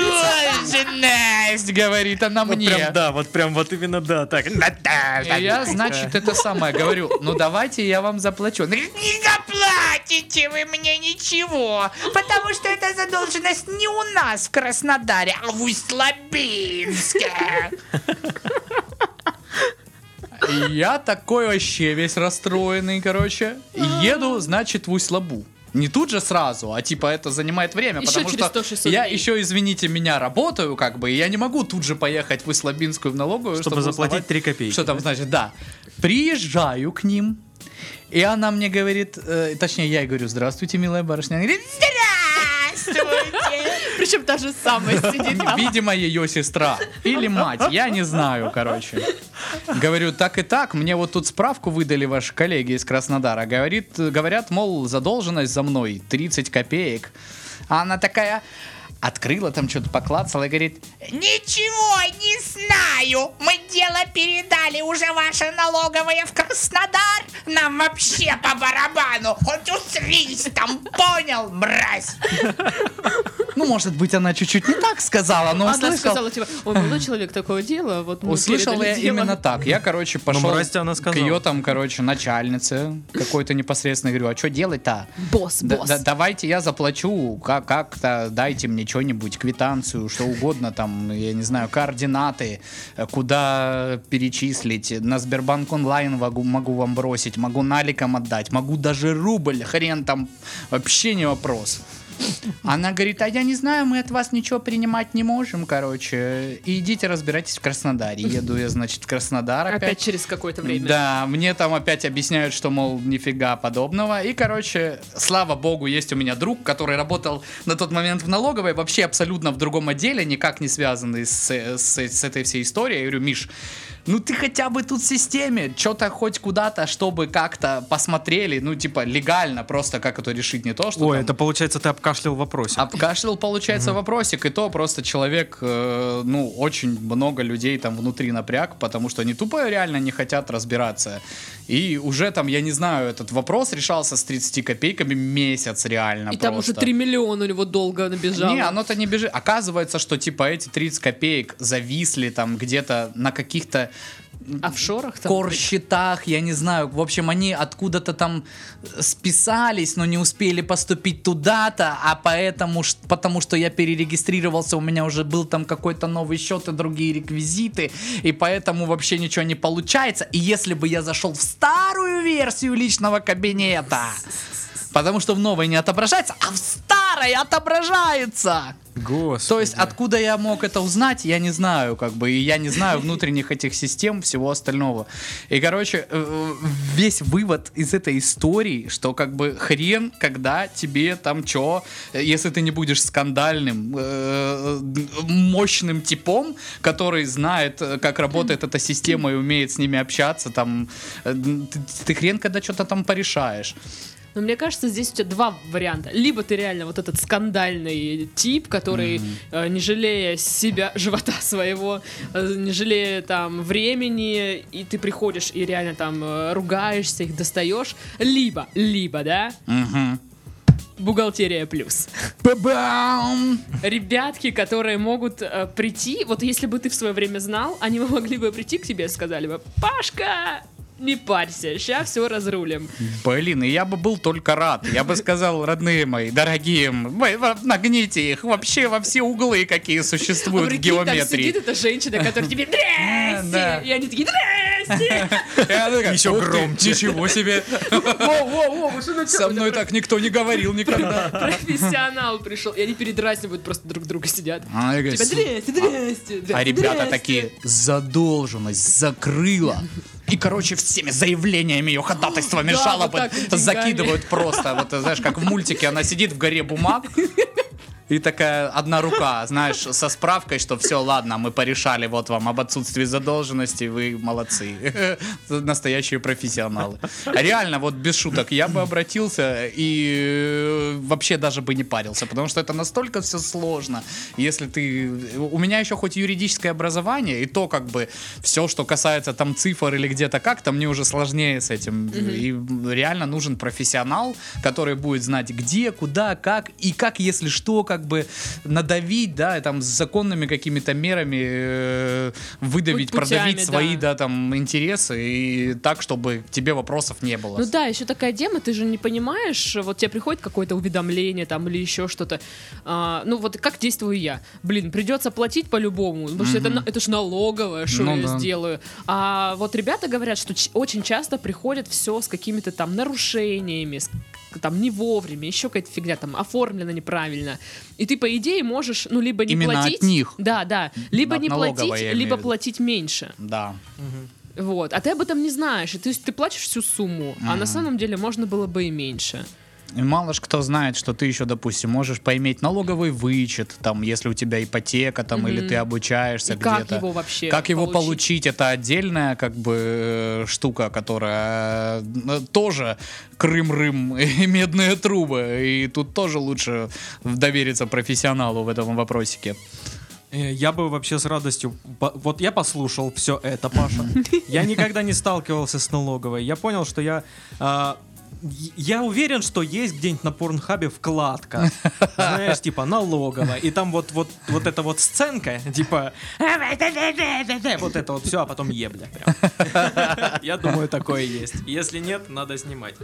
S2: Задолженность, говорит она
S3: Вот
S2: мне.
S3: прям да, вот прям вот именно да, так.
S2: И Э, я, значит, это самое говорю, ну давайте я вам заплачу. Она говорит, не заплатите вы мне ничего, потому что это задолженность не у нас в Краснодаре, а в Усть-Лабинске. И Я такой вообще весь расстроенный, короче.
S1: А.
S2: Еду, значит, в Усть-Лабу. Не тут же сразу, а типа это занимает время,
S1: Ещё
S2: потому
S1: через
S2: что
S1: 100-600
S2: я
S1: дней.
S2: еще, извините меня, работаю как бы, и я не могу тут же поехать в Усть-Лабинскую в налоговую,
S3: Чтобы заплатить 3 копейки.
S2: что там значит, да. Приезжаю к ним, и она мне говорит, э, точнее, я ей говорю, здравствуйте, милая барышня. Она говорит,
S1: Причем та же самая сидит
S2: «Здравствуйте».
S1: там.
S2: видимо, ее сестра или мать, я не знаю, короче. Говорю, так и так, мне вот тут справку выдали ваши коллеги из Краснодара. Говорит, э, говорят, мол, задолженность за мной 30 копеек. А она такая открыла там что-то, поклацала и говорит,
S5: Ничего не знаю. Мы дело передали уже ваше налоговое в Краснодар. Нам вообще по барабану. Хоть усрись там, понял, мразь.
S2: ну, может быть, она чуть-чуть не так сказала, но
S1: Она
S2: услышал,
S1: сказала, типа, ой, молодой человек, такое дело, а вот мы
S2: Услышал
S1: передали
S2: я
S1: дело».
S2: именно так. Я, короче, пошел
S3: мразь-то Ну, она
S2: к
S3: сказала.
S2: ее там, короче, начальнице какой-то непосредственно. Говорю, а что делать-то?
S1: Босс,
S2: Да-
S1: босс.
S2: да- давайте я заплачу, как- как-то дайте мне что-нибудь, квитанцию, что угодно, там, я не знаю, координаты, э, куда перечислить, на Сбербанк онлайн могу, могу вам бросить, могу наликом отдать, могу даже рубль, хрен там, вообще не вопрос. Она говорит, а я не знаю, мы от вас ничего принимать не можем, короче. И идите разбирайтесь в Краснодаре. Еду я, значит, в Краснодар
S1: Опять
S2: опять.
S1: через какое-то время.
S2: Да, мне там опять объясняют, что, мол, нифига подобного. И, короче, слава богу, есть у меня друг, который работал на тот момент в налоговой, вообще абсолютно в другом отделе, никак не связанный с, с- с этой всей историей. Я говорю, Миш, ну ты хотя бы тут в системе, что-то хоть куда-то, чтобы как-то посмотрели, ну типа легально просто, как это решить, не то, что
S3: Ой,
S2: там-
S3: это получается ты обкашлял вопросик.
S2: А, Обкашлял, получается, вопросик, и то просто человек, э, ну, очень много людей там внутри напряг, потому что они тупо реально не хотят разбираться. И уже там, я не знаю, этот вопрос решался с 30 копейками месяц реально
S1: И там
S2: просто.
S1: уже 3 миллиона у него долго набежало.
S2: Не, оно-то не бежит. Оказывается, что типа эти 30 копеек зависли там где-то на каких-то
S1: офшорах А там.
S2: корсчетах, я не знаю. В общем, они откуда-то там списались, но не успели поступить туда-то, а поэтому, ш- потому что я перерегистрировался, у меня уже был там какой-то новый счет и другие реквизиты, и поэтому вообще ничего не получается. И если бы я зашел в старую версию личного кабинета, потому что в новой не отображается, а в старой отображается.
S3: Господи.
S2: То есть откуда я мог это узнать, я не знаю, как бы, и я не знаю внутренних этих систем, всего остального. И, короче, э, весь вывод из этой истории, что как бы хрен, когда тебе там чё, если ты не будешь скандальным, э, мощным типом, который знает, э, как работает эта система и умеет с ними общаться, там, э, ты, ты хрен, когда что-то там порешаешь.
S1: Но мне кажется, здесь у тебя два варианта. Либо ты реально вот этот скандальный тип, который, э, не жалея себя, живота своего, э, не жалея там времени, и ты приходишь и реально там э, ругаешься, их достаешь. Либо, либо, да,
S2: Мгм.
S1: бухгалтерия плюс.
S2: Ба-бам!
S1: Ребятки, которые могут э, прийти, вот если бы ты в свое время знал, они бы могли бы прийти к тебе и сказали бы, Пашка, не парься, сейчас все разрулим.
S2: Блин, и я бы был только рад. Я бы сказал, родные мои, дорогие, вы вы нагните их вообще во все углы, какие существуют в
S1: Прикинь, А там сидит
S2: геометрии.
S1: эта женщина, которая тебе
S2: Да.
S1: «Здрасте!» И они такие «Здрасте!»
S2: Еще
S3: громче.
S2: Ничего себе.
S1: Во-во-во, вы что, ну чё,
S2: Со мной так никто не говорил никогда.
S1: Профессионал пришел. И они передразнивают, просто друг друга сидят.
S2: А я говорю,
S1: Тебя «Здрасте, здрасте, здрасте,
S2: А ребята
S1: здрасте».
S2: такие, задолженность закрыла. И, короче, всеми заявлениями ее ходатайствами,
S1: Да, вот
S2: жалобы
S1: так, деньгами.
S2: закидывают просто. Вот, знаешь, как в мультике, она сидит в горе бумаг, и такая одна рука, знаешь, со справкой, что все, ладно, мы порешали вот вам об отсутствии задолженности, вы молодцы. Настоящие профессионалы. А Реально, вот без шуток, я бы обратился и э, вообще даже бы не парился, потому что это настолько все сложно. Если ты... У меня еще хоть юридическое образование, и то как бы все, что касается там цифр или где-то как-то, мне уже сложнее с этим. И реально нужен профессионал, который будет знать где, куда, как, и как, если что, как бы надавить, да, и там с законными какими-то мерами э, выдавить,
S1: Пу- путями,
S2: продавить свои,
S1: да.
S2: да, там, интересы, и так, чтобы к тебе вопросов не было.
S1: Ну да, еще такая тема, ты же не понимаешь, вот тебе приходит какое-то уведомление там или еще что-то. А, ну вот как действую я? Блин, придется платить по-любому, потому что это, на- это ж налоговое, что
S2: Ну
S1: я
S2: да.
S1: сделаю. А вот ребята говорят, что ч- очень часто приходит все с какими-то там нарушениями, с к- там не вовремя, еще какая-то фигня там оформлена неправильно. И ты, по идее, можешь, ну, либо не
S2: Именно от
S1: платить.
S2: них.
S1: Да, да. Либо
S2: От
S1: не
S2: налоговой,
S1: платить,
S2: я имею в
S1: либо
S2: виду.
S1: платить меньше.
S2: Да.
S1: Вот, а ты об этом не знаешь, и ты, ты платишь всю сумму, а на самом деле можно было бы и меньше.
S2: И мало ж кто знает, что ты еще, допустим, можешь поиметь налоговый вычет, там, если у тебя ипотека, там, или ты обучаешься
S1: И
S2: где-то.
S1: как его вообще
S2: Как его
S1: получить?
S2: получить? Это отдельная, как бы, э, штука, которая э, тоже Крым-Рым и медные трубы. И тут тоже лучше довериться профессионалу в этом вопросике.
S3: Э, Я бы вообще с радостью... по- Вот я послушал все это, Паша. Я никогда не сталкивался с налоговой. Я понял, что я... а, и- я уверен, что есть где-нибудь на порнхабе вкладка. Знаешь, типа налоговая. И там вот, вот, вот эта вот сценка, типа... Вот это вот все, а потом ебля прям. Я думаю, такое есть. Если нет, надо снимать.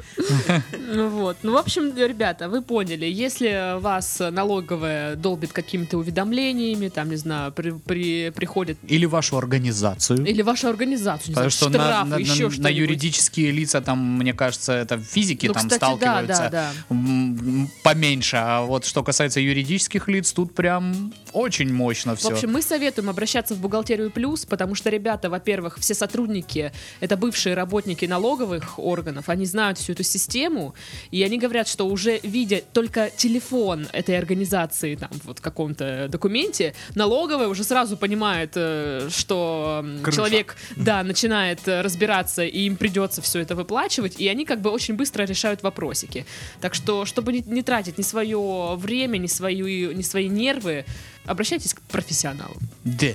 S1: Ну вот, ну в общем, ребята, вы поняли, если вас налоговая долбит какими-то уведомлениями, там, не знаю, при, при- приходит,
S2: Или вашу организацию.
S1: или вашу организацию, не
S2: Потому
S1: знаю,
S2: что
S1: штрафы,
S2: на, на- на-
S1: еще
S2: на
S1: что-нибудь.
S2: юридические лица, там, мне кажется, это физики
S1: Ну,
S2: там
S1: кстати, да,
S2: сталкиваются
S1: да, да.
S2: м, м, поменьше. А вот что касается юридических лиц, тут прям очень мощно
S1: В
S2: все.
S1: общем, мы советуем обращаться в бухгалтерию плюс, потому что ребята, во-первых, все сотрудники это бывшие работники налоговых органов, они знают всю эту систему, и они говорят, что уже видя только телефон этой организации там вот в каком-то документе, налоговая уже сразу понимает, э, что м,
S3: Крыша.
S1: человек да начинает э, разбираться и им придется все это выплачивать, и они как бы очень быстро решают вопросики. Так что, чтобы не, не тратить ни свое время, ни, свою, ни свои нервы, обращайтесь к профессионалу.
S2: Да.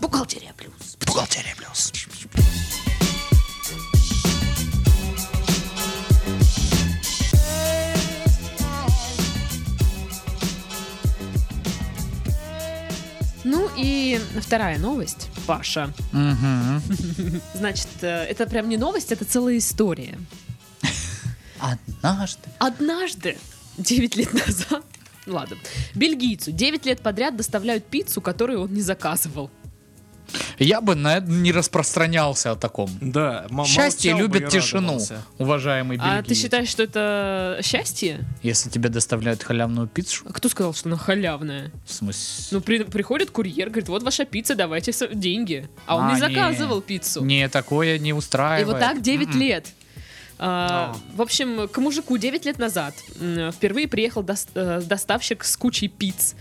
S1: Бухгалтерия плюс.
S2: Бухгалтерия плюс.
S1: Ну и вторая новость. Паша.
S2: Мгм.
S1: Значит, э, это прям не новость, это целая история.
S2: Однажды.
S1: Однажды, 9 лет назад, ладно, бельгийцу 9 лет подряд доставляют пиццу, которую он не заказывал.
S2: Я бы на это не распространялся о таком.
S1: Ну,
S3: Да, м-
S2: Счастье
S3: молчал бы
S2: любит
S3: и
S2: тишину,
S3: радовался.
S2: уважаемый
S1: А ты
S2: бельгиец.
S1: считаешь, что это счастье?
S2: Если тебе доставляют халявную пиццу,
S1: А кто сказал, что она халявная?
S2: в смысле?
S1: Ну, при- приходит курьер, говорит, вот ваша пицца, давайте со- деньги. А он
S2: А,
S1: не
S2: не.
S1: заказывал пиццу.
S2: Не, такое не
S1: И
S2: устраивает. М-м.
S1: вот так 9 лет. А, В общем, к мужику 9 лет назад м, впервые приехал дос- э, доставщик с кучей пиц.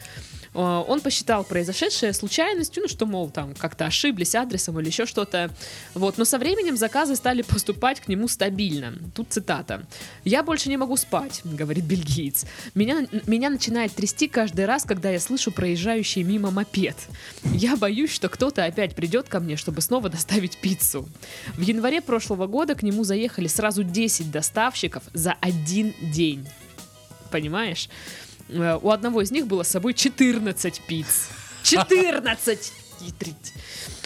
S1: А, Он посчитал произошедшее случайностью, ну что, мол, там как-то ошиблись адресом или еще что-то. Вот. Но со временем заказы стали поступать к нему стабильно. Тут цитата. «Я больше не могу спать», — говорит бельгиец. «Меня, меня начинает трясти каждый раз, когда я слышу проезжающий мимо мопед. Я боюсь, что кто-то опять придет ко мне, чтобы снова доставить пиццу». В январе прошлого года к нему заехали сразу 10 доставщиков за один день. Понимаешь? Э, У одного из них было с собой 14 пиц. 14! Хитрить.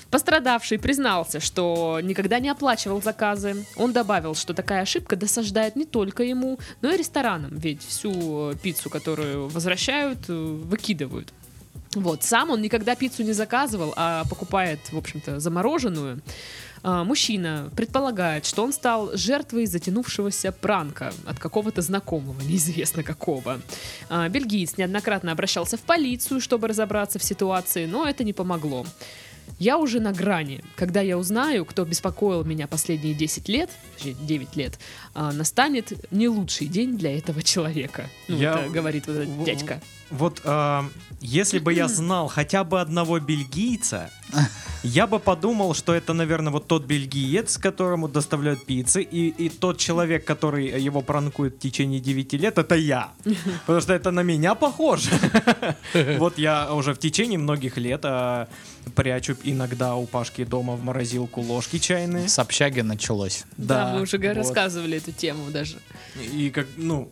S1: Пострадавший признался, что никогда не оплачивал заказы. Он добавил, что такая ошибка досаждает не только ему, но и ресторанам, ведь всю э, пиццу, которую возвращают, э, выкидывают. Вот, сам он никогда пиццу не заказывал, а покупает, в общем-то, замороженную. А, Мужчина предполагает, что он стал жертвой затянувшегося пранка от какого-то знакомого, неизвестно какого. А, Бельгиец неоднократно обращался в полицию, чтобы разобраться в ситуации, но это не помогло. Я уже на грани. Когда я узнаю, кто беспокоил меня последние 10 лет, точнее, 9 лет, а, настанет не лучший день для этого человека. Ну,
S3: Я-
S1: это говорит вот этот
S3: в-
S1: дядька.
S3: Вот э, если бы я знал хотя бы одного бельгийца, я бы подумал, что это, наверное, вот тот бельгиец, которому доставляют пиццы, и, и тот человек, который его пранкует в течение 9 лет, это я. Потому что это на меня похоже. Вот я уже в течение многих лет э, прячу иногда у Пашки дома в морозилку ложки чайные.
S2: С общаги началось.
S1: Да, мы уже га-
S3: вот.
S1: рассказывали эту тему даже.
S3: И как, ну,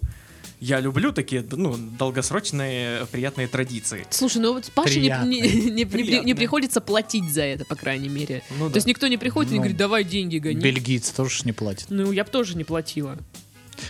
S3: я люблю такие, ну, долгосрочные приятные традиции.
S1: Слушай, ну вот Паше не, не- не- не при- не
S3: Приятное.
S1: приходится платить за это, по крайней мере.
S3: Ну
S1: То
S3: да.
S1: есть никто не приходит и не
S2: Ну,
S1: говорит, давай деньги гони.
S2: Бельгийцы тоже ж не платят.
S1: Ну, я бы тоже не платила.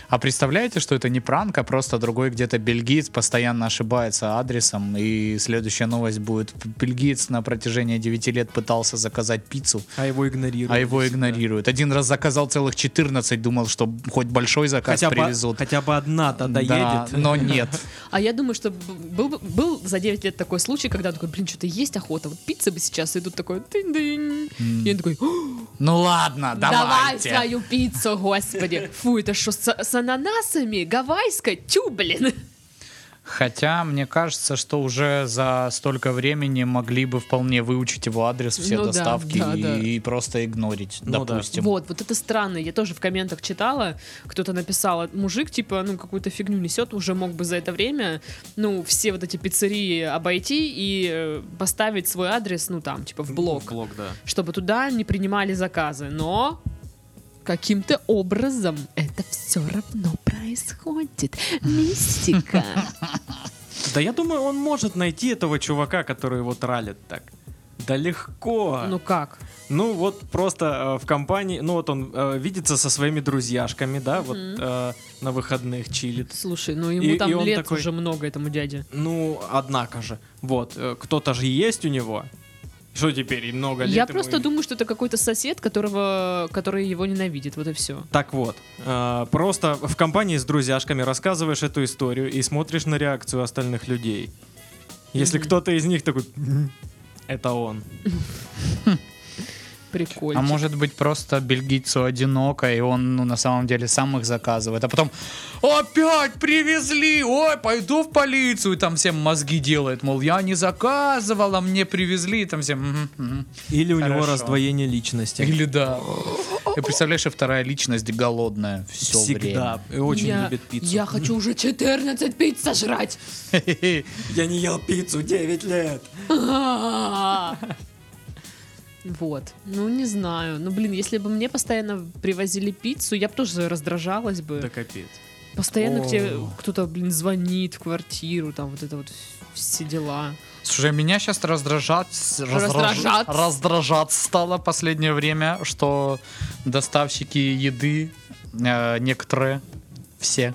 S2: А представляете, что это не пранк, а просто другой где-то бельгиец постоянно ошибается адресом, и следующая новость будет. Бельгиец на протяжении 9 лет пытался заказать пиццу,
S3: А его игнорируют.
S2: а его игнорируют. Один раз заказал целых 14, думал, что хоть большой заказ
S3: хотя
S2: привезут.
S3: Бы, хотя бы одна-то
S2: Да,
S3: доедет.
S2: но нет.
S1: А я думаю, что б- был, бы- был за 9 лет такой случай, когда он такой, блин, что-то есть охота, вот пицца бы сейчас, и тут такой, тынь-дынь. И он такой, «О,
S2: Ну ладно,
S1: давай
S2: давайте.
S1: свою пиццу, господи. Фу, это что, с, с ананасами? Гавайская? Тю, блин.
S2: Хотя, мне кажется, что уже за столько времени могли бы вполне выучить его адрес, все
S1: Ну да,
S2: доставки
S1: да,
S2: и,
S1: да.
S2: и просто игнорить,
S3: Ну да.
S2: допустим.
S1: Вот, вот это странно. Я тоже в комментах читала, кто-то написал, мужик, типа, ну, какую-то фигню несет, уже мог бы за это время, ну, все вот эти пиццерии обойти и э, поставить свой адрес, ну, там, типа, в блок,
S3: да.
S1: чтобы туда не принимали заказы. Но каким-то образом это все равно происходит. Мистика.
S3: Да я думаю, он может найти этого чувака, который его тралит так. Да легко.
S1: Ну
S3: Ну,
S1: как?
S3: вот просто э, в компании, ну вот он э, видится со своими друзьяшками, да, вот э, на выходных чилит.
S1: Слушай, ну ему
S3: И- и
S1: там
S3: он
S1: лет
S3: такой-
S1: уже много этому дяде.
S3: Ну, однако же, вот, э, кто-то же есть у него. Что теперь, и много лет
S1: Я
S3: ему
S1: просто
S3: и-
S1: думаю, что это какой-то сосед, которого, который его ненавидит. Вот и все.
S3: Так вот, э, просто в компании с друзьяшками рассказываешь эту историю и смотришь на реакцию остальных людей. Если
S1: Мгм.
S3: кто-то из них такой, «Мгм, это он.
S1: Прикольно.
S2: А может быть просто бельгийцу одиноко, и он ну, на самом деле сам их заказывает, а потом опять привезли, ой, пойду в полицию, и там всем мозги делает, мол, я не заказывал, а мне привезли, и там всем... «Мгм, мгм».
S3: Или у него
S2: Хорошо.
S3: раздвоение личности.
S2: Или да. И представляешь, и вторая личность голодная все
S3: Всегда. И очень любит пиццу.
S1: Я хочу уже 14 пиц сожрать.
S2: время.
S3: Я не ел пиццу 9 лет.
S1: Вот. Ну, не знаю. Ну, блин, если бы мне постоянно привозили пиццу, я бы тоже раздражалась бы.
S3: Да капец.
S1: Постоянно к тебе
S3: О.
S1: кто-то, блин, звонит в квартиру, там вот это вот все дела.
S2: Слушай, меня сейчас раздражать,
S1: Раздражат.
S2: раздражать стало последнее время, что доставщики еды э, некоторые, все,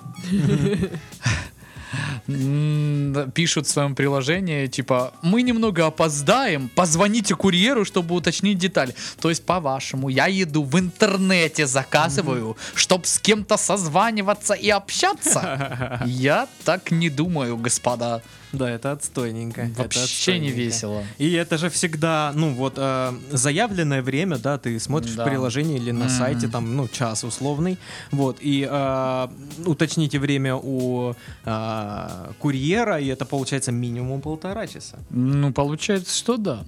S2: м, пишут в своем приложении, типа, мы немного опоздаем, позвоните курьеру, чтобы уточнить детали. То есть, по-вашему, я еду в интернете заказываю, чтобы с кем-то созваниваться и общаться? Я так не думаю, господа.
S3: Да, это отстойненько. это
S2: Вообще не
S3: отстойненько.
S2: весело.
S3: И это же всегда, ну вот, э, заявленное время, да, ты смотришь
S2: Да.
S3: в приложении или на
S2: Мгм.
S3: сайте, там, ну, час условный, вот, и э, уточните время у э, курьера, и это получается минимум полтора часа.
S2: Ну, получается, что да.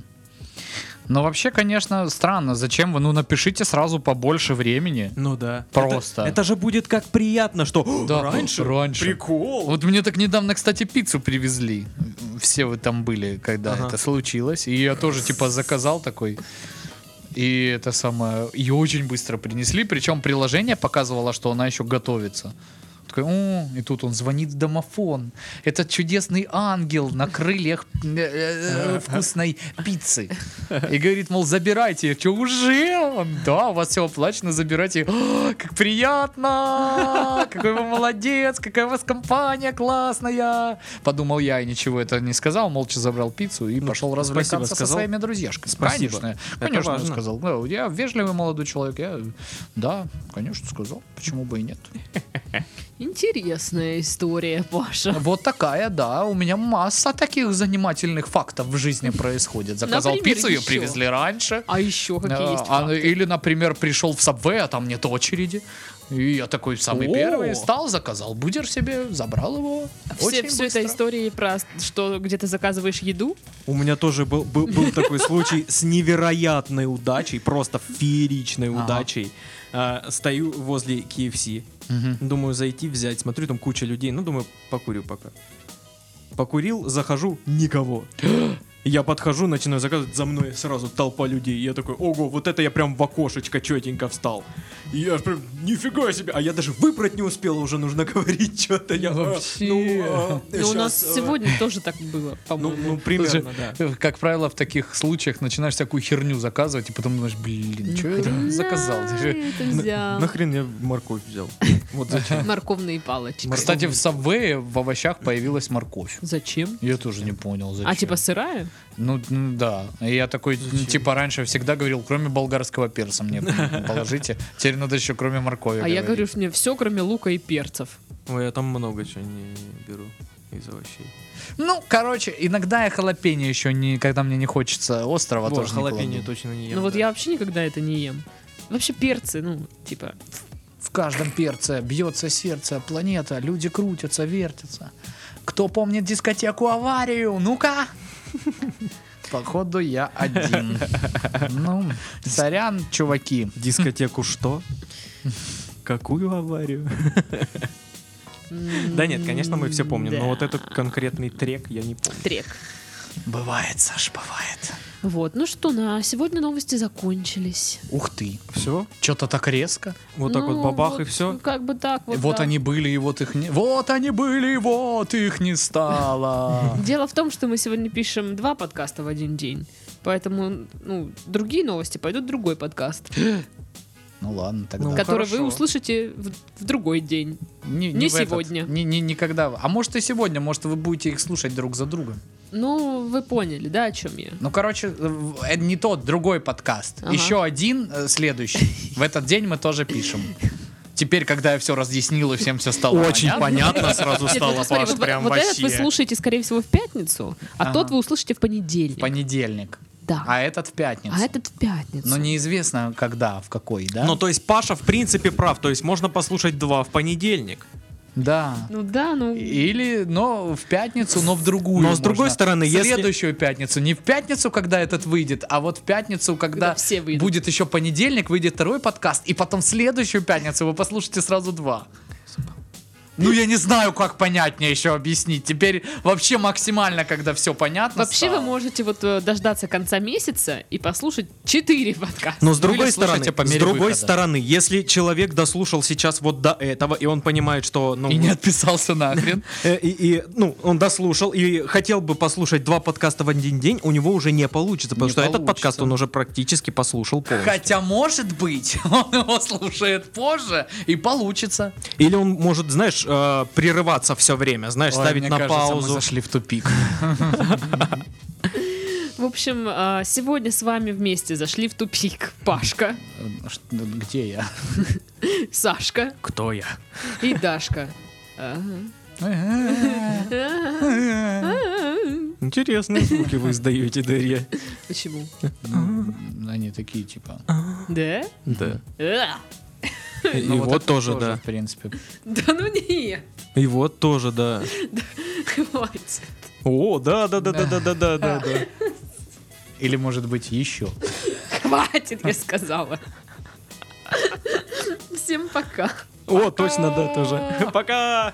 S2: Но вообще, конечно, странно. Зачем вы? Ну, напишите сразу побольше времени.
S3: Ну да.
S2: Просто.
S3: Это, это же будет как приятно, что «О,
S2: Да, ну,
S3: раньше,
S2: раньше.
S3: прикол.
S2: Вот мне так недавно, кстати, пиццу привезли. Все вы там были, когда
S3: Ага.
S2: это случилось. И я тоже, типа, заказал такой. И это самое... Ее очень быстро принесли. Причем приложение показывало, что она еще готовится. Такой, «О», и тут он звонит в домофон. Это чудесный ангел на крыльях э, э, э, вкусной пиццы. И говорит, мол, забирайте. Че, уже? Он, да, у вас все оплачено, забирайте. «А, Как приятно! Какой вы молодец! Какая у вас компания классная! Подумал я и ничего это не сказал. Молча забрал пиццу и
S3: Ну,
S2: пошел
S3: спасибо,
S2: развлекаться со
S3: сказал.
S2: своими друзьяшками.
S3: Спасибо.
S2: Конечно,
S3: Это
S2: конечно,
S3: важно.
S2: сказал. Ну, Я вежливый молодой человек. Я, да, конечно, сказал. Почему бы и нет?
S1: Интересная история, Паша.
S2: Вот такая, да. У меня масса таких занимательных фактов в жизни происходит. Заказал
S1: Например,
S2: пиццу, ее
S1: еще.
S2: привезли раньше.
S1: А еще какие
S2: А,
S1: есть
S2: а,
S1: факты?
S2: или, например, пришел в Subway, а там нет очереди. И я такой самый
S3: О.
S2: первый стал, заказал будер себе, забрал его.
S1: Все,
S2: Очень
S1: все
S2: быстро.
S1: это истории про, что где ты заказываешь еду,
S3: У меня тоже был, был, был такой случай с невероятной удачей, просто фееричной
S2: Ага.
S3: удачей. А, стою возле KFC,
S2: Мгм.
S3: думаю зайти, взять, смотрю, там куча людей, ну, думаю, покурю пока. Покурил, захожу, никого. Я подхожу, начинаю заказывать, за мной сразу толпа людей. Я такой, ого, вот это я прям в окошечко четенько встал. И я ж прям, нифига себе, а я даже выбрать не успел, уже нужно говорить что-то. Я «А,
S2: Вообще.
S1: Ну,
S3: э,
S1: у нас сегодня тоже так было,
S3: Ну,
S1: по-моему.
S3: ну,
S2: Слушай, э,
S3: примерно, да.
S2: Как правило, в таких случаях начинаешь всякую херню заказывать, и потом думаешь, блин, что я заказал?
S1: Это взял.
S3: Нахрен я морковь взял? Вот зачем?
S1: Морковные палочки.
S2: Кстати, в Subway в овощах появилась морковь.
S1: Зачем?
S2: Я тоже не понял, зачем.
S1: А типа сырая?
S2: Ну, м, да. И Я такой, м, типа, раньше всегда говорил, кроме болгарского перца мне положите. Теперь надо еще кроме моркови
S1: А я
S2: говорить.
S1: говорю, что мне все, кроме лука и перцев.
S3: Ой, я там много чего не беру из овощей.
S2: Ну, короче, иногда я халапеньо еще не, когда мне не хочется острова,
S3: Вот,
S2: тоже не
S3: халапеньо
S2: кладу.
S3: точно не ем.
S1: Ну вот
S3: да.
S1: я вообще никогда это не ем. Вообще перцы, ну, типа,
S2: В каждом перце бьется сердце, планета, люди крутятся, вертятся. Кто помнит дискотеку «Аварию»? Ну-ка! Походу, я один. Ну, сорян, чуваки.
S3: Дискотеку что? Какую аварию? Да нет, конечно, мы все помним, но вот
S1: да.
S3: этот конкретный трек я не помню.
S1: трек.
S2: Бывает, Саш, бывает.
S1: Вот, ну что, на сегодня новости закончились.
S2: Ух ты.
S3: Все?
S2: Что-то так резко.
S3: Вот так вот
S1: Ну,
S3: бабах и
S1: вот, ну,
S3: все?
S1: Как бы так вот.
S2: Вот,
S1: да.
S2: они были, и вот их не... Вот они были, и вот их не стало.
S1: Дело в том, что мы сегодня пишем два подкаста в один день. Поэтому, ну, другие новости пойдут в другой подкаст,
S2: Ну ладно, тогда.
S3: Ну,
S1: который вы
S3: хорошо.
S1: услышите в, в другой день.
S2: Ну, Не,
S1: не
S2: в этот,
S1: сегодня.
S2: не, не- никогда. А может и сегодня, может вы будете их слушать друг за другом.
S1: Ну, вы поняли, да, о чем я?
S2: Ну, короче, э, в- э, не тот, другой подкаст.
S1: Ага.
S2: Еще один, э, следующий. В этот день мы тоже пишем. Теперь, когда я все разъяснил и всем все стало
S3: понятно сразу
S1: Нет, ну, смотри, вот, вот этот вы слушаете, скорее всего, в пятницу, а
S2: Ага.
S1: тот вы услышите в понедельник.
S2: В понедельник.
S1: Да.
S2: А Ну, этот в пятницу.
S1: А этот в пятницу.
S2: Но неизвестно, когда, в какой, да?
S3: Ну то есть Паша в принципе прав, то есть можно послушать два в понедельник.
S2: Да.
S1: Ну да, ну.
S2: Или, но в пятницу, но в другую.
S3: Но с другой
S2: можно.
S3: стороны, если-
S2: Следующую пятницу. Не в пятницу, когда этот выйдет, а вот в пятницу, когда,
S1: Когда все выйдут.
S2: будет еще понедельник, выйдет второй подкаст, и потом следующую пятницу вы послушаете сразу два. Ну, я не знаю, как понятнее еще объяснить. Теперь вообще максимально, когда все понятно
S1: Вообще вы
S2: стало.
S1: можете вот э, дождаться конца месяца и послушать 4 подкаста.
S3: Но с
S2: Ну, или
S3: другой
S2: слушайте
S3: стороны,
S2: по
S3: с
S2: мере
S3: другой
S2: выхода.
S3: стороны, если человек дослушал сейчас вот до этого, и он понимает, что ну,
S2: И не отписался нахрен.
S3: э, и, и, ну, он дослушал и хотел бы послушать два подкаста в один день, у него уже не получится, потому
S2: Не
S3: что этот
S2: получится.
S3: подкаст он уже практически послушал полностью.
S2: Хотя, может быть, он его слушает позже и получится.
S3: Или он может, знаешь, э, прерываться все время, знаешь,
S2: Ой,
S3: ставить
S2: мне
S3: на
S2: кажется, мы
S3: паузу.
S2: зашли в тупик.
S1: В общем, э, сегодня с вами вместе зашли в тупик Пашка,
S2: Э, Где я?
S1: Сашка
S3: Кто я?
S1: и Дашка. Ага.
S3: Интересные звуки вы издаете, Дарья.
S1: Почему?
S2: Они такие, типа...
S1: Да?
S3: Да.
S1: А.
S3: И, и Ну, вот,
S2: Ну, это
S3: тоже, да.
S2: В принципе.
S1: Да ну не,
S3: И вот тоже, да.
S1: хватит.
S3: О, да, да, да, да, да, да, да, да, да.
S2: Или, может быть, еще.
S1: Хватит, я сказала. Всем пока.
S3: О, точно, да, тоже. Пока!